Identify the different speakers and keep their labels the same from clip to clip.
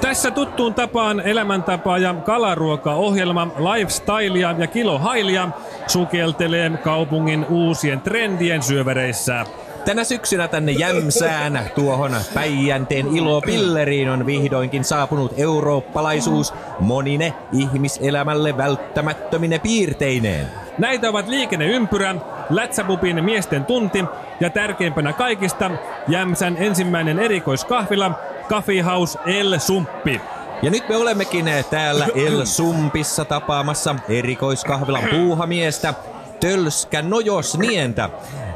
Speaker 1: Tässä tuttuun tapaan elämäntapaa ja kalaruokaohjelma Lifestylea ja Kilohailia sukeltelee kaupungin uusien trendien syövereissä.
Speaker 2: Tänä syksynä tänne Jämsään tuohon Päijänteen ilopilleriin on vihdoinkin saapunut eurooppalaisuus monine ihmiselämälle välttämättömine piirteineen.
Speaker 1: Näitä ovat liikenneympyrä, Lätsäpupin miesten tunti ja tärkeimpänä kaikista Jämsän ensimmäinen erikoiskahvila Coffee House El Sumppi.
Speaker 2: Ja nyt me olemmekin täällä El Sumpissa tapaamassa erikoiskahvilan puuhamiestä Tölskä Nojosnientä.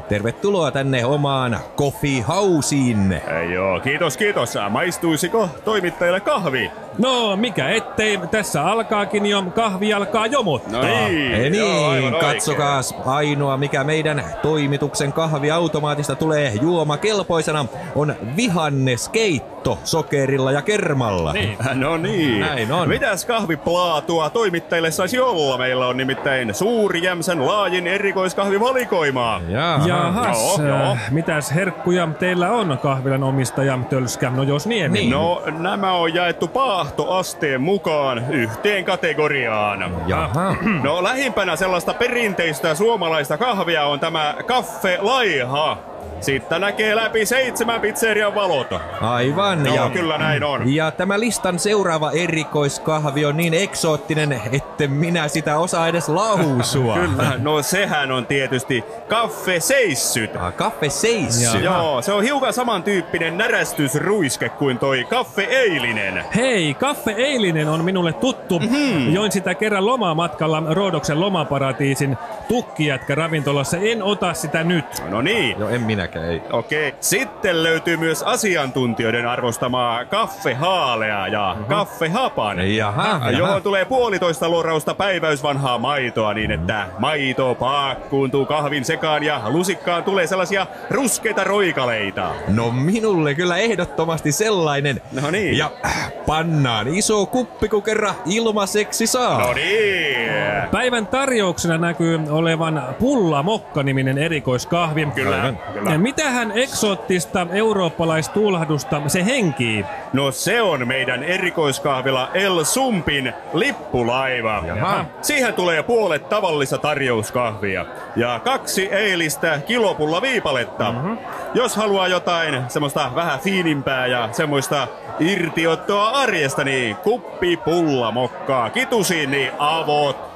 Speaker 2: Tervetuloa tänne omaan Coffee Houseinne.
Speaker 3: Joo, kiitos, kiitos. Maistuisiko toimittajalle kahvi?
Speaker 1: No, mikä ettei, tässä alkaakin jo, kahvi alkaa
Speaker 3: No.
Speaker 1: jomottaa.
Speaker 2: Ja
Speaker 3: joo, aivan
Speaker 2: niin,
Speaker 3: oikein.
Speaker 2: katsokaas ainoa mikä meidän toimituksen kahviautomaatista tulee juomakelpoisena on vihanneskeitto sokerilla ja kermalla.
Speaker 1: Niin.
Speaker 3: No niin.
Speaker 2: Näin on.
Speaker 3: Mitäs kahviplaatua toimittajille saisi olla? Meillä on nimittäin suuri Jämsän laajin erikoiskahvivalikoimaa.
Speaker 2: Jaha.
Speaker 1: Jahas,
Speaker 3: Joo, joo.
Speaker 1: äh, mitäs herkkuja teillä on kahvilan omistaja Tölskä Nojosniemi?
Speaker 2: Niin.
Speaker 3: No, nämä on jaettu paahtoasteen mukaan yhteen kategoriaan.
Speaker 2: Jaha.
Speaker 3: No, lähimpänä sellaista perinteistä suomalaista kahvia on tämä kaffe laiha. Siitä näkee läpi seitsemän pizzerian valot.
Speaker 2: Aivan.
Speaker 3: Joo,
Speaker 2: ja,
Speaker 3: kyllä näin on.
Speaker 2: ja tämä listan seuraava erikoiskahvi on niin eksoottinen, että minä sitä osaa edes lausua.
Speaker 3: Kyllä, no sehän on tietysti kaffe seissyt.
Speaker 2: Ah, Kaffe seissy.
Speaker 3: Joo, se on hiukan samantyyppinen närästysruiske kuin toi kaffe eilinen.
Speaker 1: Hei, Kaffe Eilinen on minulle tuttu. Mm-hmm. Join sitä kerran lomamatkalla Roodoksen lomaparatiisin tukkijätkä ravintolassa. En ota sitä nyt.
Speaker 3: No niin.
Speaker 2: Joo, en minäkään, ei.
Speaker 3: Okei. Sitten löytyy myös asiantuntijoiden arvostamaa kaffehaalea ja kaffehapan.
Speaker 2: Jaha, jaha.
Speaker 3: Johon tulee puolitoista lorausta päiväysvanhaa maitoa niin, että maito paakkuuntuu kahvin sekaan ja lusikkaan tulee sellaisia ruskeita roikaleita.
Speaker 2: No minulle kyllä ehdottomasti sellainen.
Speaker 3: No niin.
Speaker 2: Ja äh, pannaan iso kuppi, kun kerran ilmaiseksi saa.
Speaker 3: No niin.
Speaker 1: Päivän tarjouksena näkyy olevan Pulla Mokka-niminen erikoiskahvi.
Speaker 3: Kyllä, kyllä.
Speaker 1: Ja Mitähän eksoottista eurooppalaistuulahdusta se henkii?
Speaker 3: No se on meidän erikoiskahvila El Sumpin lippulaiva.
Speaker 2: Jaha.
Speaker 3: Siihen tulee puolet tavallista tarjouskahvia ja kaksi eilistä kilopulla viipaletta. Mm-hmm. Jos haluaa jotain semmoista vähän fiinimpää ja semmoista irtiottoa arjesta, niin kuppi pulla mokkaa kitusiin, niin avot